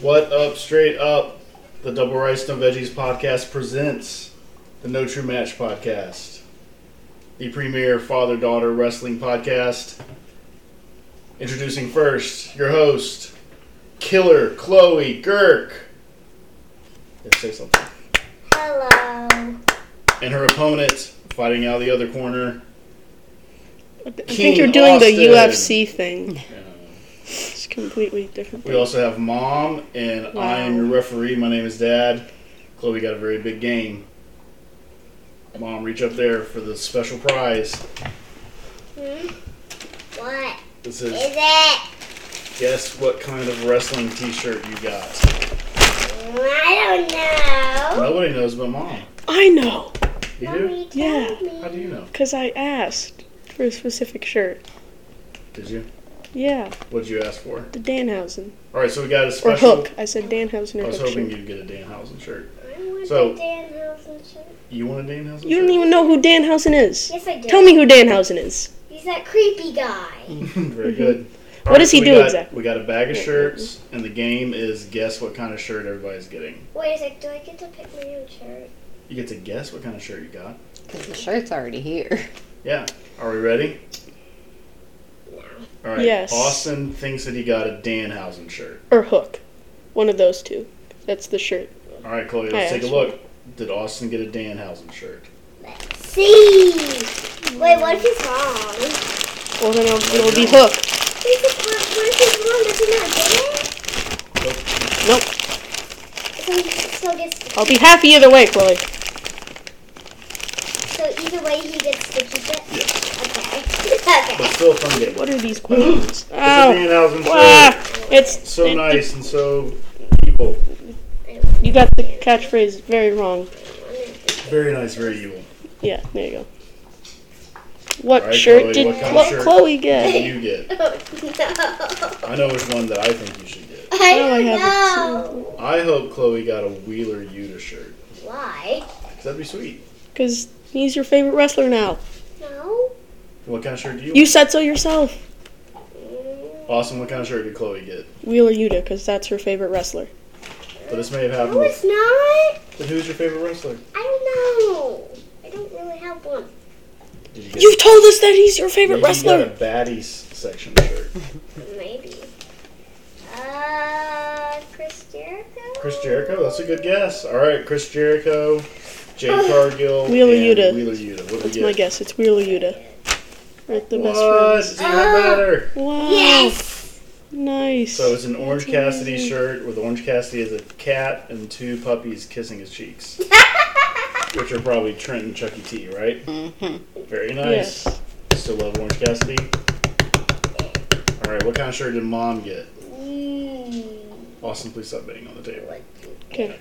What up, straight up? The Double Rice No Veggies podcast presents the No True Match podcast, the premier father daughter wrestling podcast. Introducing first your host, Killer Chloe Girk. Didn't say something. Hello. And her opponent, fighting out of the other corner. I think you're doing the UFC thing. It's completely different. We also have mom, and I am your referee. My name is Dad. Chloe got a very big game. Mom, reach up there for the special prize. Hmm? What This is is it? guess what kind of wrestling T-shirt you got. I don't know. Nobody knows but mom. I know, You do? Mommy told How do me. you know? because I asked for a specific shirt. Did you? Yeah, What did you ask for? the Danhausen. All right, so we got a Or special. Hook. I said Danhausen I or was Hook hoping shirt. you'd get a Danhausen shirt. I want So- the Danhausen shirt. You want a Danhausen shirt? You don't even know who Danhausen is. Yes, I do. Tell me who Danhausen is. He's that creepy guy. Very good. All does he we do got- exactly? We got a bag of shirts, and the game is guess what kind of shirt everybody's getting. Wait a sec. Do I get to pick my own shirt? You get to guess what kind of shirt you got. Because the shirt's already here. Yeah. Are we ready? All right. Yes. Austin thinks that he got a Danhausen shirt. Or Hook. One of those two. That's the shirt. All right, Chloe, I let's take a asked. look. Did Austin get a Danhausen shirt? Let's see. Wait, what if he's wrong? Well, then it'll, it'll be Hook. Wait, what what if he's wrong? Does Nope. he not get it? So he still gets. To, I'll be happy either way, Chloe. so either way, he gets to keep it. Yes. Okay. But okay. still a fun game. What are these questions? It's a Ow! Danhausen shirt. Ah, it's So it- nice and so evil. You got the catchphrase very wrong. Very nice, very evil. Yeah, there you go. What All right, shirt Chloe, did what kind of what shirt? Chloe What do get? you get? Oh no. I know which one that I think you should get. I No, I don't haven't know. I hope Chloe got a Wheeler Yuta shirt. Why? 'Cause That'd be sweet. Because he's your favorite wrestler now. No. What kind of shirt do you, You said so yourself. want? Austin, what kind of shirt did Chloe get? Wheeler Yuta, because that's her favorite wrestler. But this may have happened No, with... it's not. Then who's your favorite wrestler? I don't know. I don't really have one. Did you get You told us that he's your favorite Maybe You wrestler. got a baddies section shirt. Maybe. Uh, Chris Jericho. Chris Jericho, that's a good guess. All right, Chris Jericho, Jay Cargill, Ah, Wheeler and Yuta. Wheeler Yuta. What do we That's get? my guess. It's Wheeler Yuta. Right, Ah, the best What? friends. It's even better. Wow. Yes. Nice. So it's an Orange Cassidy shirt with Orange Cassidy as a cat and two puppies kissing his cheeks, which are probably Trent and Chuck E. T. Right? Mm-hmm. Very nice. Yes. Still love Orange Cassidy. All right, what kind of shirt did Mom get? Mm, Austin, please stop banging on the table. what do- Okay.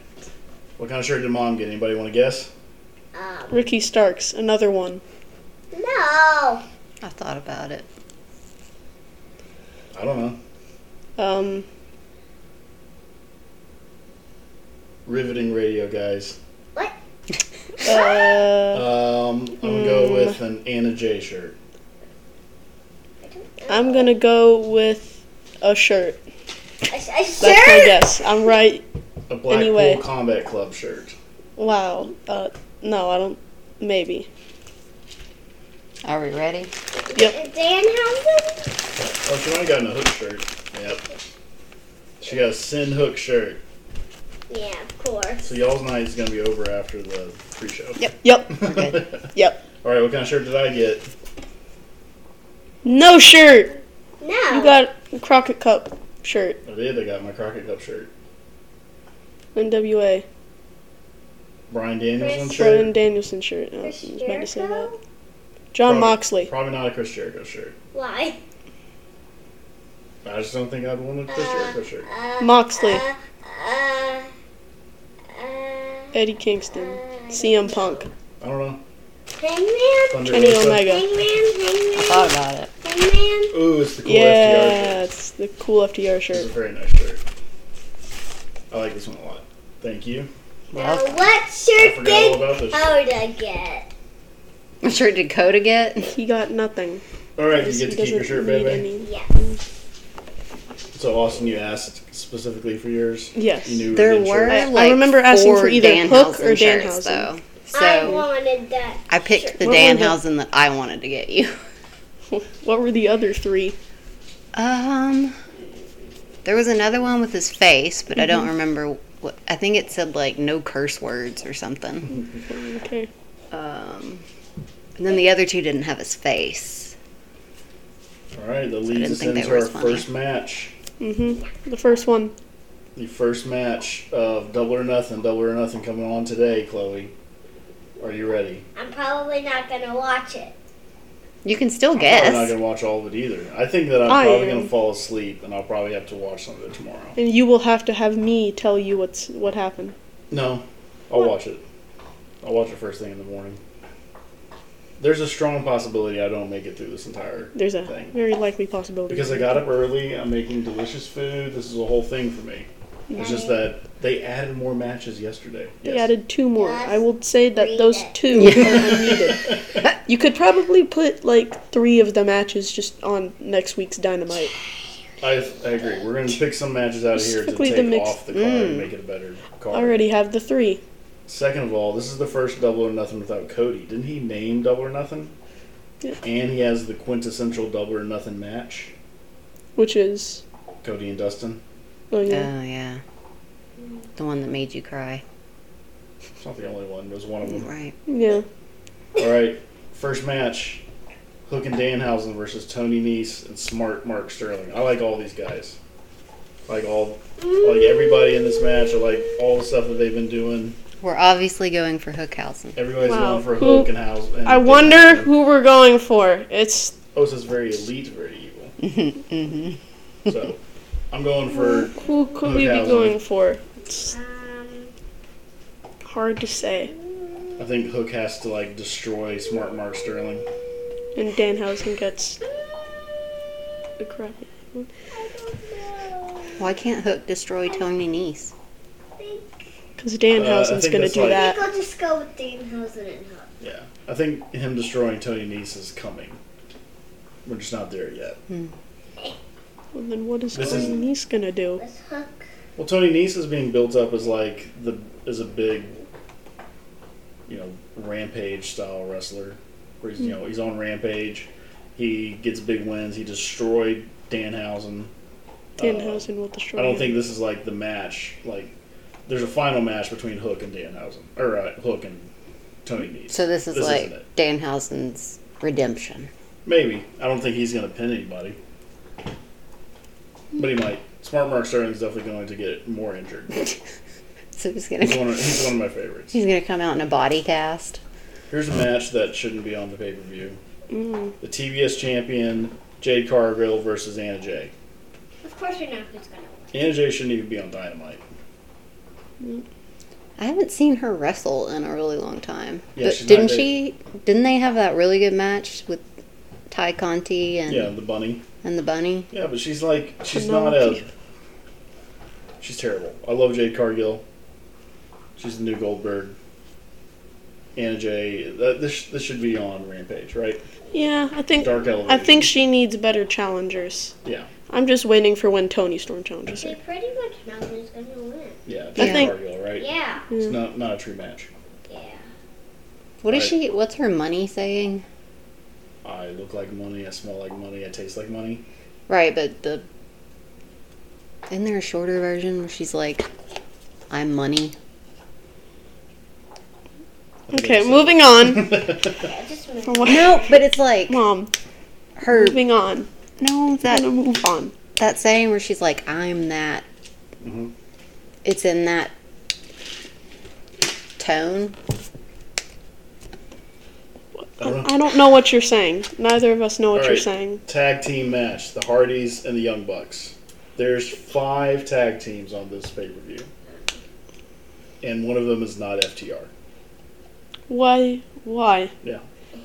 What kind of shirt did Mom get? Anybody want to guess? Um, Ricky Starks, another one. no. I thought about it. I don't know. Um, Riveting radio, guys. uh, Um, I'm gonna go Mm. with an Anna J shirt. I don't know. I'm gonna go with a shirt. A, sh- a That's my shirt. guess. I'm right. A Blackpool Anyway. Combat Club shirt. Wow. Uh, no, I don't. Maybe. Are we ready? Yep. Danhausen. Oh, she might have gotten a hook shirt. Yep. She got a Sin Hook shirt. Yeah, of course. So y'all's night is gonna be over after the pre-show. Yep. Yep. good. Yep. All right, what kind of shirt did I get? No shirt. No. You got a Crockett Cup shirt. I did. I got my Crockett Cup shirt. NWA. Brian Danielson Chris- shirt. Brian Danielson shirt. Oh, I Chris was about to say that. Jericho. John Probably- Moxley. Probably not a Chris Jericho shirt. Why? I just don't think I'd want a Chris Uh, Jericho shirt. Uh, Moxley. Uh, uh, uh, Eddie Kingston. uh, CM Punk. I don't know. Hangman. Thunder Kenny Rosa. Omega. Hangman. I Hangman. thought about it. Hangman. Ooh, it's the cool FTR shirt. Yeah, it's the cool It's FDR a shirt. very nice shirt. I like this one a lot. Thank you. Now, Well, what I shirt forgot all did about this. Hoda get? what shirt did Coda get? He got nothing. All right, you Because get to he keep your doesn't shirt, need baby. any- Yes. So Austin, you asked specifically for yours. Yes. You knew There Red were. shirts. I- I like, remember asking for four either Danhausen Hook or shirts, Danhausen. though. I So wanted that. I picked the What were the- Danhausen that I wanted to get you. What were the other three? Um, there was another one with his face, but I Mm-hmm. don't remember. What, I think it said like no curse words or something. Okay. Um, and then the other two didn't have his face. All right, that leads didn't us think they into were our as funny. first match. Mm-hmm. The first one. The first match of Double or Nothing, Double or Nothing coming on today, Chloe. Are you ready? I'm probably not gonna watch it. You can still I'm not guess. gonna watch all of it either. I think that I'm I probably am. gonna fall asleep, and I'll probably have to watch some of it tomorrow. And you will have to have me tell you what's what happened. No, I'll watch it. I'll watch it first thing in the morning. There's a strong possibility I don't make it through this entire There's a Thing. very likely possibility. because I got up early. I'm making delicious food. This is a whole thing for me. It's just that they added more matches yesterday. They added two more. Just I will say that read those it. two are needed. You could probably put like three of the matches just on next week's Dynamite. I, I agree. We're going to pick some matches out of here to Strictly take the mix- off the card and Mm. make it a better card. I already have the three. Second of all, this is the first Double or Nothing without Cody. Didn't he name Double or Nothing? Yeah. And he has the quintessential Double or Nothing match. Which is Cody and Dustin. oh Oh yeah. yeah, the one that made you cry. It's not the only one. It was one of them. Right. Yeah. All right. First match: Hook and Danhausen versus Tony Nese and Smart Mark Sterling. I like all these guys. I like all, I like everybody in this match. I like all the stuff that they've been doing. We're obviously going for Hookhausen. Everybody's Wow. going for Who- Hook and House. And I wonder Danhausen. who we're going for. It's Oh, it says very elite, very evil. mm-hmm. So I'm going for who could we be Hookhausen. going for? It's Um, hard to say. I think Hook has to like destroy Smart Mark Sterling. And Danhausen gets the crap. Why can't Hook destroy Tony Nese? Because Uh, I Danhausen's think gonna that's do like- I that. think I'll just go with Danhausen and Hook. Yeah, I think him destroying Tony Nese is coming. We're just not there yet. And then what is This Uh, Tony isn't- Nese gonna do? Let's Hook. Well, Tony Nese is being built up as like the as a big, you know, rampage style wrestler. Where he's you know he's on rampage, he gets big wins. He destroyed Danhausen. Uh, Danhausen will destroy. I don't him. think this is like the match. Like, there's a final match between Hook and Danhausen, or uh, Hook and Tony Nese. So this is This like isn't it. Danhausen's redemption. Maybe I don't think he's gonna pin anybody, but he might. Smart Mark Sterling's definitely going to get more injured. So he's He's gonna one of, he's one of my favorites. he's gonna come out in a body cast. Here's a match that shouldn't be on the pay per view. Mm. The TBS champion, Jade Cargill versus Anna Jay. Of course we know who's gonna win. Anna Jay shouldn't even be on Dynamite. I haven't seen her wrestle in a really long time. Yeah, but she's not didn't big. she? Didn't they have that really good match with Ty Conti and Yeah, the bunny. and the Bunny? Yeah, but she's like, she's No, not a. She's terrible. I love Jade Cargill. She's the new Goldberg. Anna Jay. That, this, this should be on Rampage, right? Yeah, I think Dark Elevation. I think she needs better challengers. Yeah, I'm just waiting for when Tony Storm challenges We her. pretty much know who's gonna win. yeah. Jade think- Cargill, right? Yeah. It's not, not a true match. Yeah. What is Right. she? What's her money saying? I look like money. I smell like money. I taste like money. Right, but the isn't there a shorter version where she's like, "I'm money." I think Okay, that's it. moving on. Yeah, just move. No, but it's like Mom, her. moving on. No, I'm that gonna move on. that saying where she's like, "I'm that." Mhm. It's in that tone. I don't know. I don't know what you're saying. Neither of us know what All you're right. saying. tag team match: the Hardys and the Young Bucks. There's five tag teams on this pay per view, and one of them is not FTR. Why? Why? Yeah.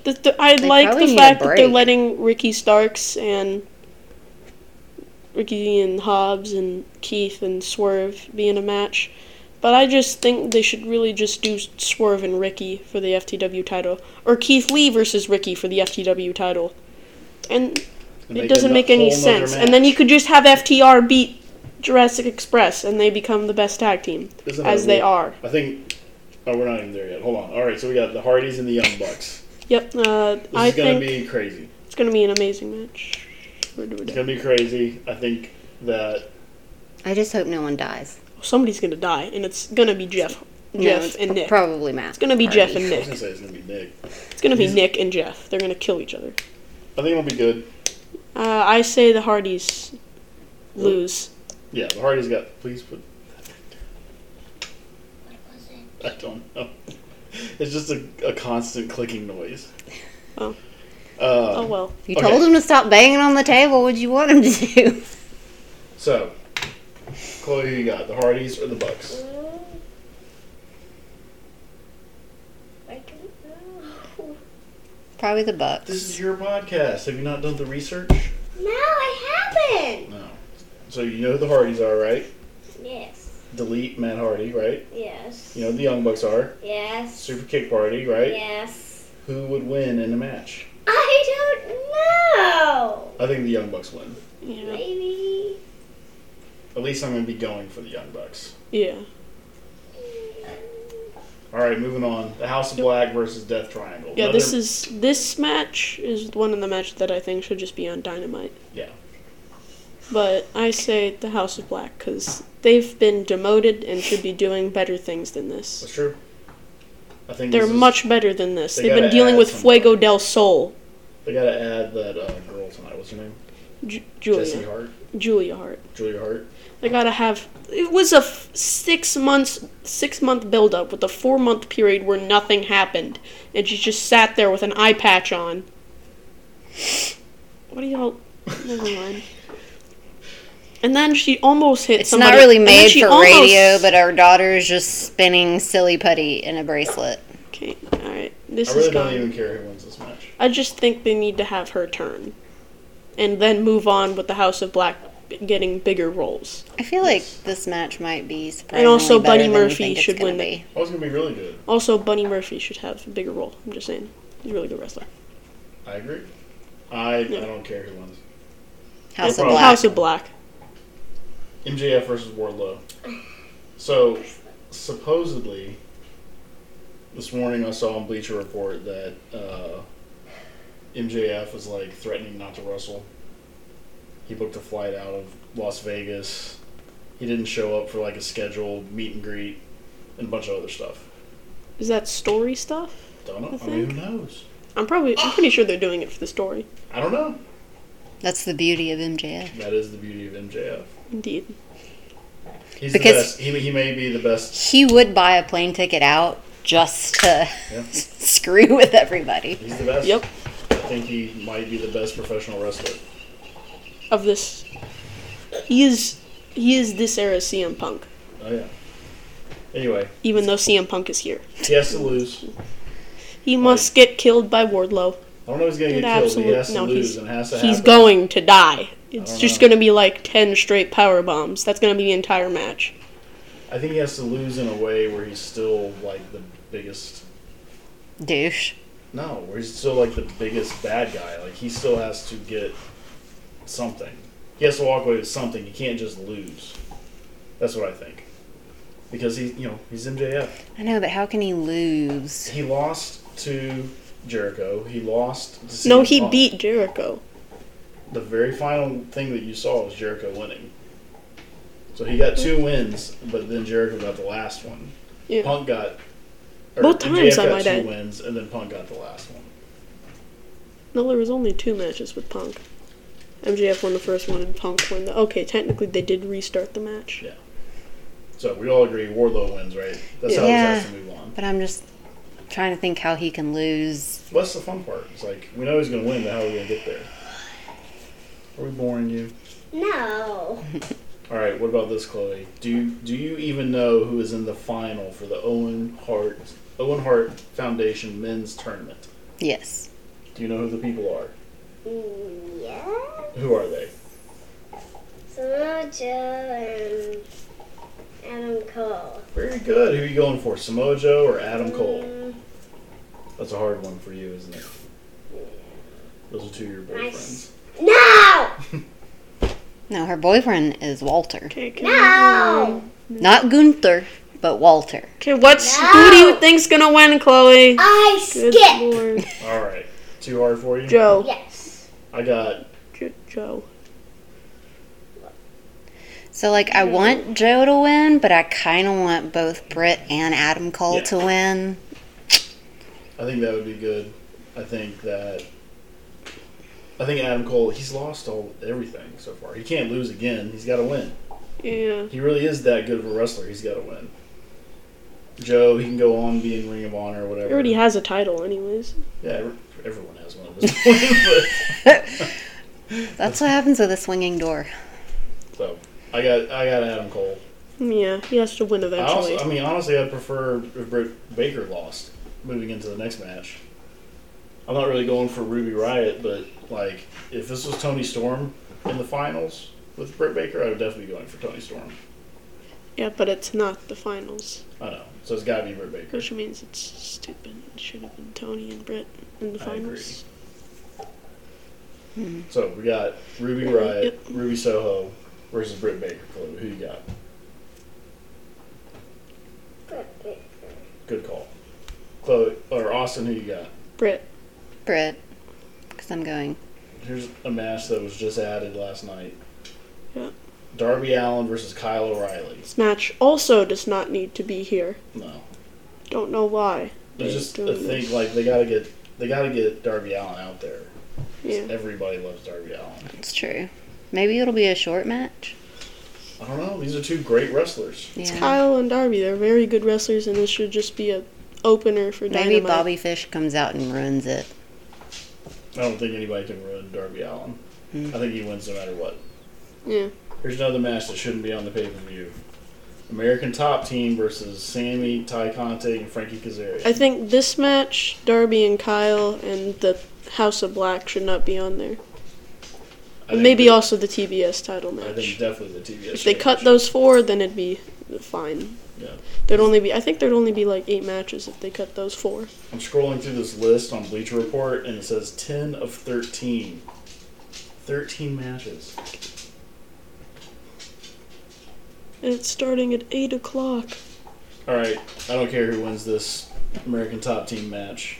The, the, I They like probably the need a fact that they're break. letting Ricky Starks and Ricky and Hobbs and Keith and Swerve be in a match, but I just think they should really just do Swerve and Ricky for the FTW title, or Keith Lee versus Ricky for the FTW title, and and It make doesn't a make any whole nother sense. And then match. you could just have FTR beat Jurassic Express and they become the best tag team, Isn't that as they weird? are. I think. Oh, we're not even there yet. Hold on. All right, so we got the Hardys and the Young Bucks. Yep, uh, This I is gonna think be crazy. it's going to be an amazing match. We're doing It's it. gonna be crazy. I think that I just hope no one dies. Somebody's going to die, and it's going to be Jeff, No, Jeff it's and Nick. Probably Matt. It's gonna be Jeff and I was Nick. gonna say it's gonna be big. It's going to be He's- Nick and Jeff. They're going to kill each other. I think it'll be good. Uh, I say the Hardys lose. Yeah, the Hardys got. Please put. What was it? I don't know. It's just a, a constant clicking noise. Oh. Uh, Oh well. You Okay. told him to stop banging on the table. What'd you want him to do? So, Chloe, who you got the Hardys or the Bucks? Mm. I don't know. Probably the Bucks. This is your podcast. Have you not done the research? No, I haven't. No. So you know who the Hardys are, right? Yes. Delete Matt Hardy, right? Yes. You know who the Young Bucks are. Yes. Super Kick Party, right? Yes. Who would win in a match? I don't know. I think the Young Bucks win. Yeah. Maybe. At least I'm going to be going for the Young Bucks. Yeah. All right, moving on. The House of Black versus Death Triangle. Yeah, Another- this is this match is one of the matches that I think should just be on Dynamite. Yeah. But I say the House of Black because they've been demoted and should be doing better things than this. That's true. I think They're this is- much better than this. They They have been gotta dealing add with some- Fuego del Sol, They got to add that uh, girl tonight. What's her name? Ju- Jesse Julia, Hart. Julia Hart. Julia Hart. They gotta have. It was a f- six months, six month build up with a four month period where nothing happened, and she just sat there with an eye patch on. What do y'all? Never mind. And then she almost hit. It's somebody, not really and then made she for almost- radio, but our daughter is just spinning silly putty in a bracelet. Okay, all right. This I really is gone. don't even care who wins this match. I just think they need to have her turn, and then move on with the House of Black b- getting bigger roles. I feel like this match might be surprising. also Buddy than Murphy you think it's should gonna win the- Be. Oh, it's going to be really good. Also, Bunny Murphy should have a bigger role. I'm just saying, he's a really good wrestler. I agree. I, I don't care who wins. House of Well, Black. House of Black. MJF versus Wardlow. So, supposedly, this morning I saw on Bleacher Report that uh, MJF was like threatening not to wrestle. He booked a flight out of Las Vegas. He didn't show up for like a scheduled meet and greet and a bunch of other stuff. Is that story stuff? Don't know. I I, mean, think. who knows? I'm probably, I'm pretty sure they're doing it for the story. I don't know. That's the beauty of MJF. That is the beauty of MJF. Indeed. He's Because- the best. He, he may be the best. He would buy a plane ticket out just to Yeah. screw with everybody. He's the best. Yep. I think he might be the best professional wrestler. Of this, he is, he is this era's CM Punk. Oh yeah. Anyway, Even though CM Punk is here, he has to lose. he must get killed by Wardlow. I don't know if he's gonna It get killed. but He absolute- has to no, lose he's- and it has to happen. He's going to die. It's don't just know. going to be like ten straight power bombs. That's going to be the entire match. I think he has to lose in a way where he's still like the biggest. Douche. No, where he's still like the biggest bad guy. Like he still has to get something. He has to walk away with something. He can't just lose. That's what I think. Because he, you know, he's MJF. I know, but how can he lose? He lost to Jericho. He lost. To no, CM he Punk. beat Jericho. the very final thing that you saw was Jericho winning. So he got two wins, but then Jericho got the last one. Yeah. Punk got or Both MJF times, I got might two add. wins, and then Punk got the last one. No, there was only two matches with Punk. MJF won the first one and Punk won the. Okay, technically they did restart the match. Yeah. So we all agree Wardlow wins, right? That's how Yeah. this has to move on. But I'm just trying to think how he can lose. Well, that's the fun part. It's like we know he's going to win, but how are we going to get there? Are we boring you? No. All right. What about this, Chloe? Do you, do you even know who is in the final for the Owen Hart Owen Hart Foundation Men's Tournament? Yes. Do you know who the people are? Mm, Yeah. Who are they? Samoa Joe and Adam Cole. Very good. Who are you going for, Samoa Joe or Adam Cole? Mm, That's a hard one for you, isn't it? Those are two of your Nice. boyfriends. No. No, her boyfriend is Walter. Okay, can No. Not Gunther, but Walter. Okay, what's No. who do you think's gonna win, Chloe? Uh, I Good skip. lord. All right. Too hard for you? Joe. Yes. I got. Jo- Joe. So, like, I want Joe to win, but I kind of want both Britt and Adam Cole Yeah. to win. I think that would be good. I think that. I think Adam Cole. He's lost all everything so far. He can't lose again. He's got to win. Yeah. He really is that good of a wrestler. He's got to win. Joe, he can go on being Ring of Honor or whatever. He already has a title, anyways. Yeah, every- everyone has one at this point. That's what happens with a swinging door. but- so I got I got Adam Cole. Yeah, he has to win I, eventually. also, I mean, honestly, I'd prefer if Britt Baker lost moving into the next match. I'm not really going for Ruby Riot, but like if this was Tony Storm in the finals with Britt Baker, I would definitely be going for Tony Storm. yeah, but it's not the finals, I know, so it's got to be Britt Baker. which means it's stupid. It should have been Tony and Britt in the I agree. finals. So we got Ruby Riot, Yep. Ruby Soho versus Britt Baker. Chloe, who you got? Good call, Chloe or Austin. Who you got? Britt. Britt. Because I'm going. Here's a match that was just added last night. Yeah. Darby Allen versus Kyle O'Reilly. This match also does not need to be here. No, Don't know why. there's They're just a doing thing this. like they gotta get they gotta get Darby Allen out there. Yeah. Everybody loves Darby Allen. It's true. Maybe it'll be a short match. I don't know. These are two great wrestlers. Yeah. Kyle and Darby, they're very good wrestlers, and this should just be a opener for Maybe Dynamite. Bobby Fish comes out and ruins it. I don't think anybody can ruin Darby Allen. Hmm. I think he wins no matter what. Yeah. Here's another match that shouldn't be on the pay per view. American Top Team versus Sammy, Ty Conte, and Frankie Kazarian. I think this match, Darby and Kyle, and the House of Black should not be on there. I think And maybe the- also the TBS title I think match. definitely the TBS. If they cut those four, then it'd be fine. Yeah. There'd only be I think there'd only be like eight matches if they cut those four. I'm scrolling through this list on Bleacher Report, and it says 10 of 13. 13 matches. And it's starting at eight o'clock. All right, I don't care who wins this American Top Team match.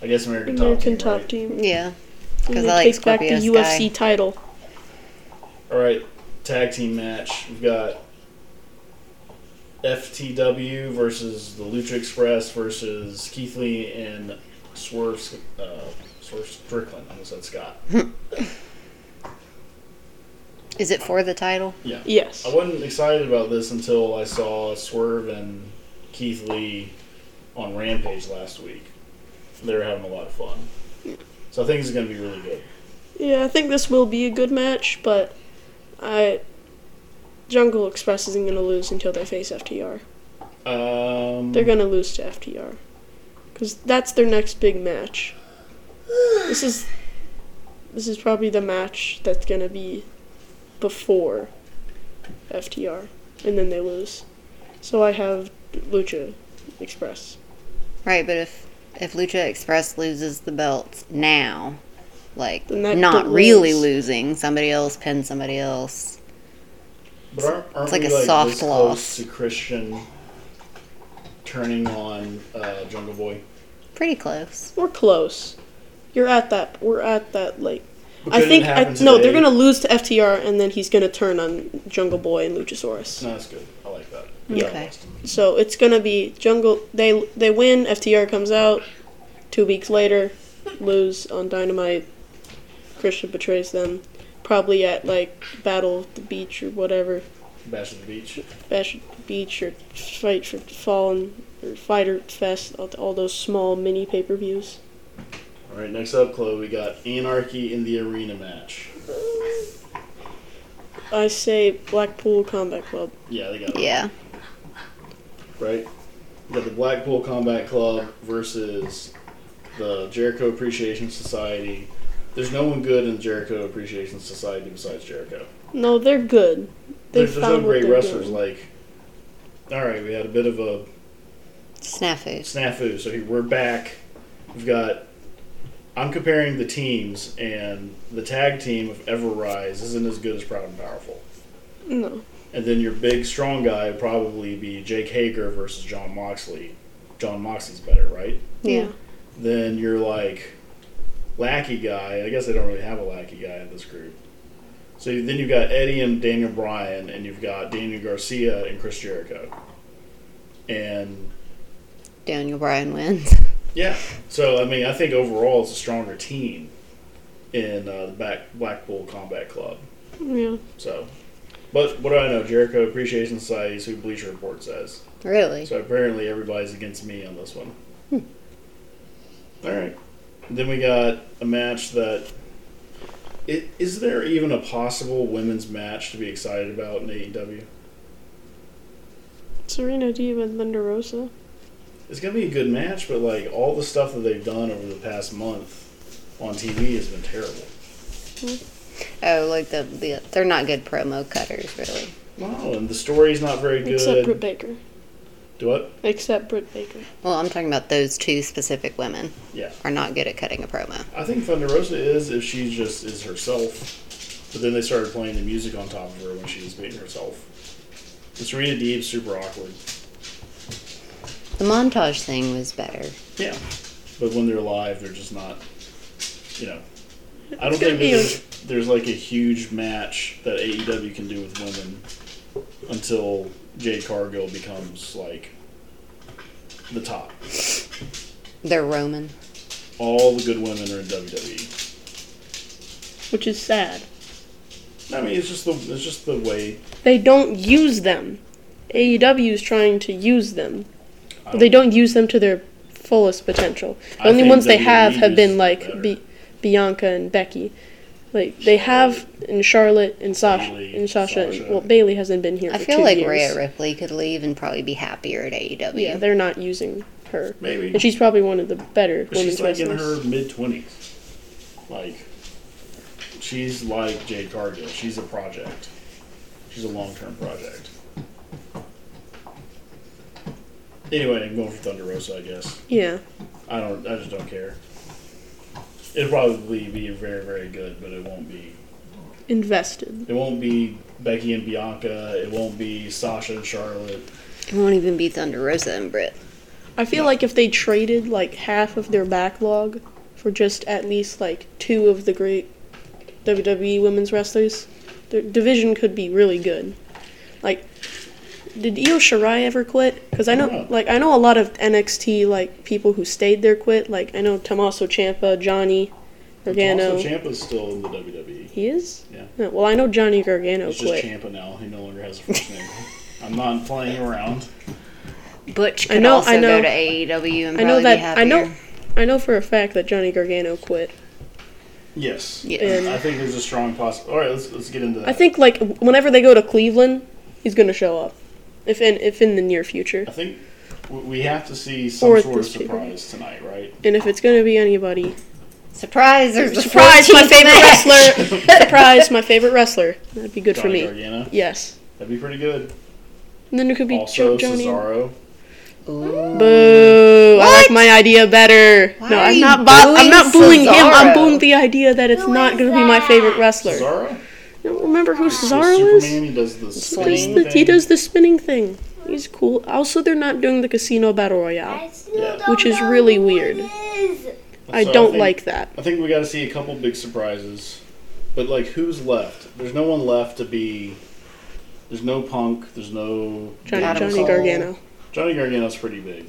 I guess American, American Top Team. Top Team. Yeah. And 'Cause they I like take back the Scorpio Sky. UFC title. right? All right, tag team match. We've got FTW versus the Lucha Express versus Keith Lee and Swerve, Sc- uh, Swerve Strickland. I almost said Scott. Is it for the title? Yeah. Yes. I wasn't excited about this until I saw Swerve and Keith Lee on Rampage last week. They were having a lot of fun. So I think it's going to be really good. Yeah, I think this will be a good match, but I Jungle Express isn't gonna lose until they face FTR. Um, They're gonna lose to FTR because that's their next big match. This is this is probably the match that's gonna be before FTR, and then they lose. So I have Lucha Express. Right, but if if Lucha Express loses the belts now, like Then that not don't really lose. losing, somebody else pins somebody else. but aren't, aren't it's like we, a soft this Close loss. to Christian turning on uh, Jungle Boy. Pretty close. We're close. You're at that. We're at that like. But I couldn't think it I, happen no. They're today? gonna lose to FTR, and then he's gonna turn on Jungle Boy and Luchasaurus. No, that's good. I like that. Yeah, Okay. Austin. So it's gonna be jungle. They they win. FTR comes out. Two weeks later, lose on Dynamite. Christian betrays them. Probably at like Battle of the Beach or whatever, Bash at the Beach. Bash at the Beach or Fight for Fallen or Fighter Fest. All, all those small mini pay per views. All right, next up, Chloe, we got Anarchy in the Arena match. I say Blackpool Combat Club. Yeah, they got it. Yeah. right? You got the Blackpool Combat Club versus the Jericho Appreciation Society. There's no one good in Jericho Appreciation Society besides Jericho. No, they're good. They There's, there's no found what great they're wrestlers. doing. Like, all right, we had a bit of a Snafus. snafu, so here we're back. We've got I'm comparing the teams, and the tag team of Ever Rise isn't as good as Proud and Powerful. No. And then your big strong guy would probably be Jake Hager versus John Moxley. John Moxley's better, right? Yeah. Then you're like lackey guy. I guess they don't really have a lackey guy in this group. So you- then you've got Eddie and Daniel Bryan, and you've got Daniel Garcia and Chris Jericho. And Daniel Bryan wins. yeah, so I mean, I think overall it's a stronger team in uh, the back Blackpool Combat Club. Yeah. So, but what do I know? Jericho Appreciation Society is who Bleacher Report says. Really? So apparently everybody's against me on this one. All right. Then we got a match that. It, is there even a possible women's match to be excited about in E AEW? Serena Deeb and Thunder Rosa. It's gonna be a good match, but like all the stuff that they've done over the past month on TV has been terrible. Oh, like the, the they're not good promo cutters, really. Wow, and the story's not very Except Britt good. Baker. Do what? Except Britt Baker. Well, I'm talking about those two specific women Yeah, are not good at cutting a promo. I think Thunder Rosa is if she just is herself. But then they started playing the music on top of her when she was being herself. And Serena Deeb's super awkward. The montage thing was better. Yeah, but when they're live, they're just not. You know, I It's don't gonna think be there's, there's like a huge match that AEW can do with women until Jade Cargill becomes like the top. They're Roman. All the good women are in E. WWE. Which is sad. I mean, it's just the it's just the way. They don't use them. AEW is trying to use them. I But they don't use them to their fullest potential. The I only think ones they WWE have have been is like better. Bi- Bianca and Becky. Like they have in Charlotte and Sasha Bayley, and Sasha, Sasha. And, well Bailey hasn't been here. I for feel two like years. Rhea Ripley could leave and probably be happier at E AEW. Yeah, they're not using her. Maybe. And she's probably one of the better But women's she's like in wrestlers. her mid twenties. Like she's like Jade Cargill. She's a project. She's a long term project. Anyway, I'm going for Thunder Rosa, I guess. Yeah. I don't I just don't care. It'll probably be very, very good, but it won't be Invested. it won't be Becky and Bianca, it won't be Sasha and Charlotte. It won't even be Thunder Rosa and Britt. I feel like if they traded like half of their backlog for just at least like two of the great WWE women's wrestlers, their division could be really good. Like, did Io Shirai ever quit? Because I know, No. like, I know a lot of NXT like people who stayed there quit. Like, I know Tommaso Ciampa, Johnny Gargano. Also Champa's still in the E. WWE. he is. Yeah. No, well, I know Johnny Gargano It's just quit. Champa now. He no longer has a first name. I'm not playing around. Butch I could know- also I know- go to AEW and I probably know be that. happier. I know. I know for a fact that Johnny Gargano quit. Yes. Yeah. And- I think there's a strong possibility. All right, let's, let's get into that. I think like whenever they go to Cleveland, he's gonna show up. If in if in the near future, I think w- we have to see some Or at sort of this table. surprise tonight, right? and if it's gonna be anybody, Surprise! There's a surprise my 14th favorite match. wrestler. surprise my favorite wrestler. That'd be good for Johnny me. Gargano. Yes, That'd be pretty good. and then it could be also, jo- Johnny. Cesaro. Ooh. Boo! I like What? my idea better. Why no, are I'm you not. Bo- I'm booing not booing him. I'm Cesaro? booing the idea that it's Who not is gonna be my that? favorite wrestler. Cesaro? You don't remember who He's Cesaro is? Superman. He does the He's spinning the- he thing. does the spinning thing. He's cool. Also, they're not doing the casino battle royale. I still Yeah. don't Which is know really who weird. it is. I So don't think- like that. I think we got to see a couple big surprises. But, like, who's left? There's no one left to be. There's no Punk. There's no. Johnny, Adam Johnny Cole. Gargano. Johnny Gargano's pretty big.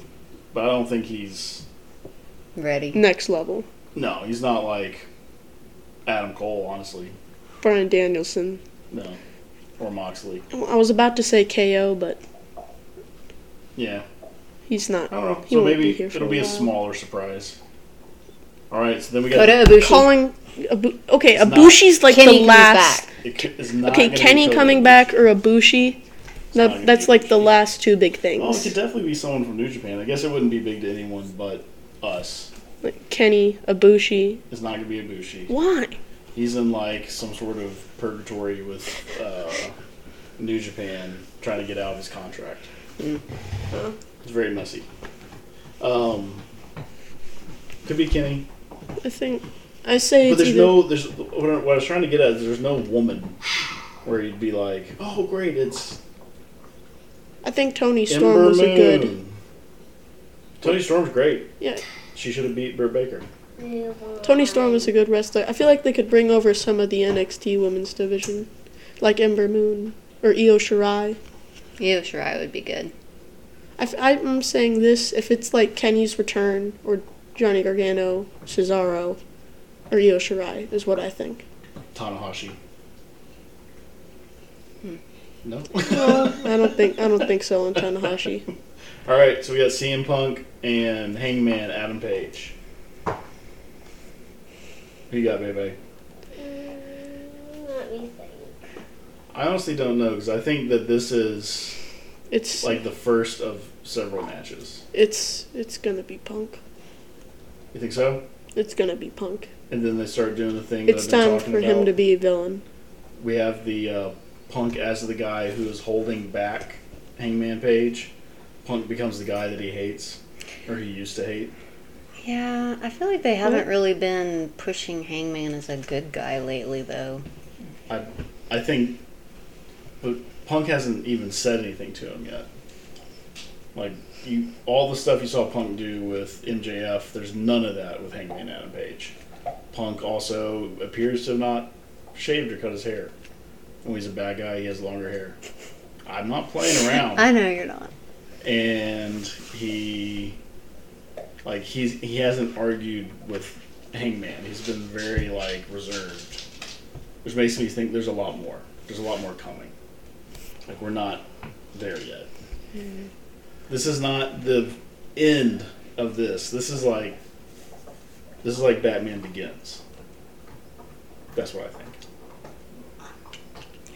But I don't think he's. Ready. Next level. No, he's not like Adam Cole, honestly. Brian Danielson. No. Or Moxley. I was about to say KO, but Yeah. he's not. I don't know. He so won't be maybe here for it'll a be a while. smaller surprise. All right, so then we got Go to Ibushi. Calling. Abu- okay, It's not. Uh, Ibushi's like Kenny the comes last. back. it c- it's not Okay, gonna be Kenny Kota coming Ibushi. back or Ibushi. not gonna That, that's be like the Ibushi. last two big Oh, it could things. definitely be someone from New Japan. I guess it wouldn't be big to anyone but us. Like Kenny, Ibushi. It's not gonna be Ibushi. Why? He's in like some sort of purgatory with uh, New Japan, trying to get out of his contract. Mm. It's very messy. Um, could be Kenny. I think I say But it's there's either no there's what I, what I was trying to get at is there's no woman where you'd be like, oh great, it's I think Tony Storm Ember was a good. Moon. Tony Storm's great. Yeah. She should have beat Britt Baker. Tony Storm was a good wrestler. I feel like they could bring over some of the NXT women's division, like Ember Moon or Io Shirai. Io Shirai would be good. I f- I'm saying this if it's like Kenny's return or Johnny Gargano, Cesaro, or Io Shirai is what I think. Tanahashi. No. Hmm. I don't think I don't think so on Tanahashi. All right, so we got CM Punk and Hangman Adam Page. Who you got, baby? Let me think. I honestly don't know because I think that this is It's like the first of several matches. it's it's gonna be Punk. You think so? It's gonna be Punk. And then they start doing the thing. It's that I've been time talking for about. him to be a villain. We have the uh, Punk as the guy who is holding back Hangman Page. Punk becomes the guy that he hates, or he used to hate. Yeah, I feel like they haven't really been pushing Hangman as a good guy lately, though. I, I think, but Punk hasn't even said anything to him yet. Like you, all the stuff you saw Punk do with MJF, there's none of that with Hangman Adam Page. Punk also appears to have not shaved or cut his hair. When he's a bad guy, he has longer hair. I'm not playing around. I know you're not. and he like he's he hasn't argued with Hangman. He's been very like reserved, which makes me think there's a lot more. There's a lot more coming. Like we're not there yet. This is not the end of this. This is like this is like Batman Begins. That's what I think.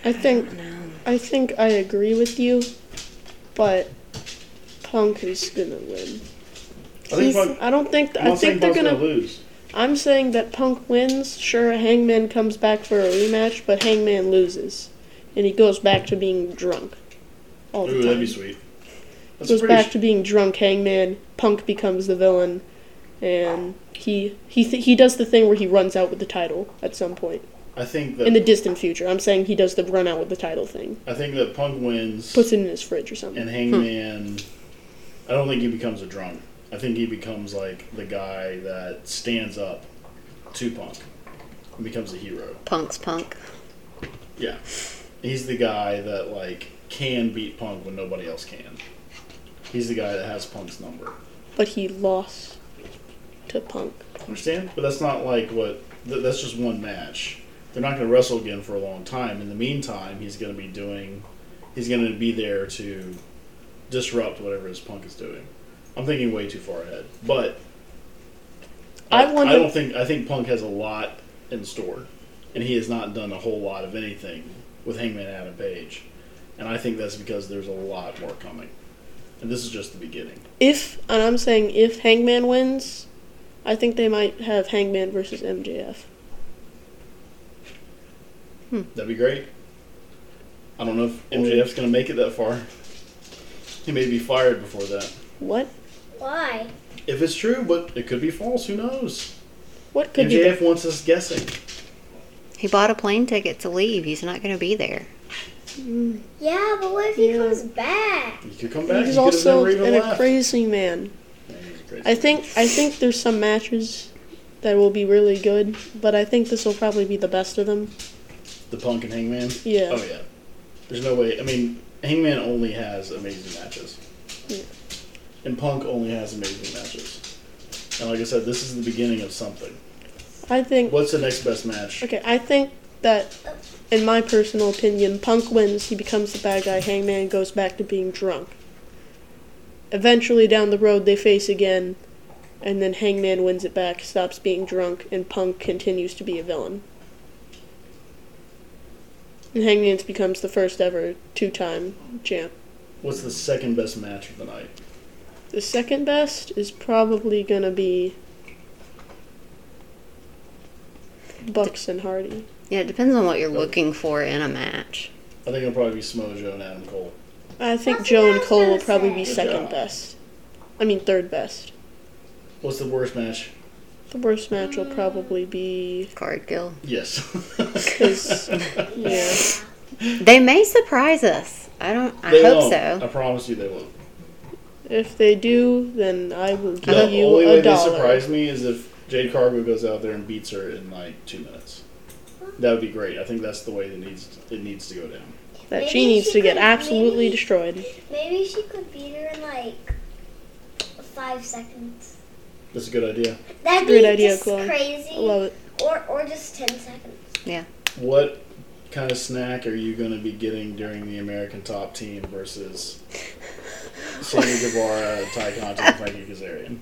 I think I think I agree with you, but Punk is gonna win. I think Punk, I don't think I'm I not saying think they're Punk's gonna. gonna, lose. I'm saying that Punk wins. Sure, Hangman comes back for a rematch, but Hangman loses, and he goes back to being drunk. All the Ooh, time. that'd be sweet. That's goes pretty back to being drunk hangman punk becomes the villain and he he th- he does the thing where he runs out with the title at some point I think in that the distant future i'm saying he does the run out with the title thing I think that Punk wins. puts it in his fridge or something And Hangman, I don't think he becomes a drunk. I think he becomes like the guy that stands up to Punk and becomes a hero. Punk's punk. Yeah. He's the guy that like can beat Punk when nobody else can. He's the guy that has Punk's number. but he lost to punk Understand? But that's not like what. Th- that's just one match. They're not going to wrestle again for a long time. In the meantime, he's going to be doing. He's going to be there to disrupt whatever his punk is doing. I'm thinking way too far ahead, but I wonder- I don't think I think Punk has a lot in store, and he has not done a whole lot of anything with Hangman Adam Page, and I think that's because there's a lot more coming, and this is just the beginning. if and i'm saying if hangman wins i think they might have hangman versus mjf That'd be great. I don't know if MJF's going to make it that far. He may be fired before that. what Why? If it's true, but it could be false. Who knows? what could be MJF wants us guessing. He bought a plane ticket to leave. He's not going to be there. Yeah, but what if he Yeah. comes back? He could come the- back. he's he could have also never even and a left. crazy man Yeah, he's a crazy I think I think there's some matches that will be really good, but I think this will probably be the best of them. the Punk and Hangman. Yeah. Oh yeah. There's no way. I mean, Hangman only has amazing matches, Yeah. and Punk only has amazing matches. And like I said, this is the beginning of something. I think What's the next best match? okay, I think that in my personal opinion, Punk wins, he becomes the bad guy, Hangman goes back to being drunk. Eventually down the road they face again and then Hangman wins it back, stops being drunk, and Punk continues to be a villain. And Hangman becomes the first ever two time champ. What's the second best match of the night? The second best is probably gonna be Bucks and Hardy. Yeah, it depends on what you're looking for in a match. I think it'll probably be Samoa and Adam Cole. I think That's what Joe I and was Cole will gonna probably say. be Good second job. best. I mean third best. What's the worst match? The worst match Mm. will probably be Card kill. Yes. because yeah, They may surprise us. I don't. I They hope won't. I so. promise you they won't. if they do, then I will give The you only way a they dollar. surprise me is if Jade Cargo goes out there and beats her in like two minutes. That would be great. I think that's the way it needs it needs to go down. That she Maybe needs she to get could- absolutely maybe- destroyed. Maybe she could beat her in like five seconds. That's a good idea. That'd Great be idea, just Chloe. crazy. I love it. Or or just ten seconds. What kind of snack are you going to be getting during the American Top Team versus Sammy Guevara, Ty Conti, and Frankie Kazarian?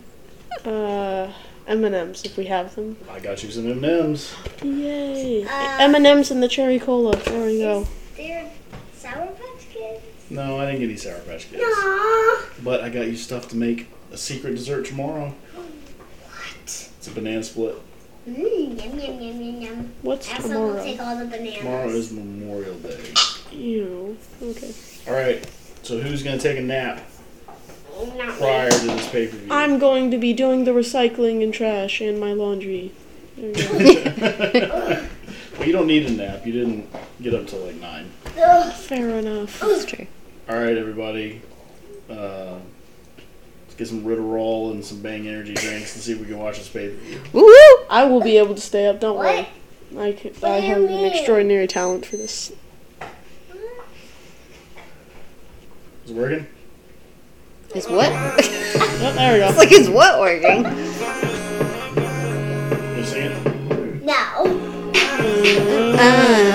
Uh, M and M's if we have them. I got you some M&Ms. Yay! Uh, M and M's and the cherry cola. There we go. They're sour patch kids. No, I didn't get any Sour Patch Kids, Aww. but I got you stuff to make a secret dessert tomorrow. What? It's a banana split. Mmm, yum yum yum yum yum. What's Elsa will tomorrow? take all the bananas. Tomorrow is Memorial Day. Ew. Okay. All right, so who's going to take a nap Not prior to this pay per view? I'm going to be doing the recycling and trash and my laundry. There we go. well, you don't need a nap. You didn't get up till like nine. Ugh. Fair enough. That's true. All right, everybody. Uh, let's get some Ritterall and some Bang Energy drinks and see if we can watch this pay per view. Woo! I will be able to stay up. Don't What? worry. I, c- What I do you have an mean? extraordinary talent for this. Is it working? Is what? Oh, there we go. like is what working? You sing it? No. Oh.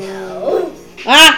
No. Ah! Ah.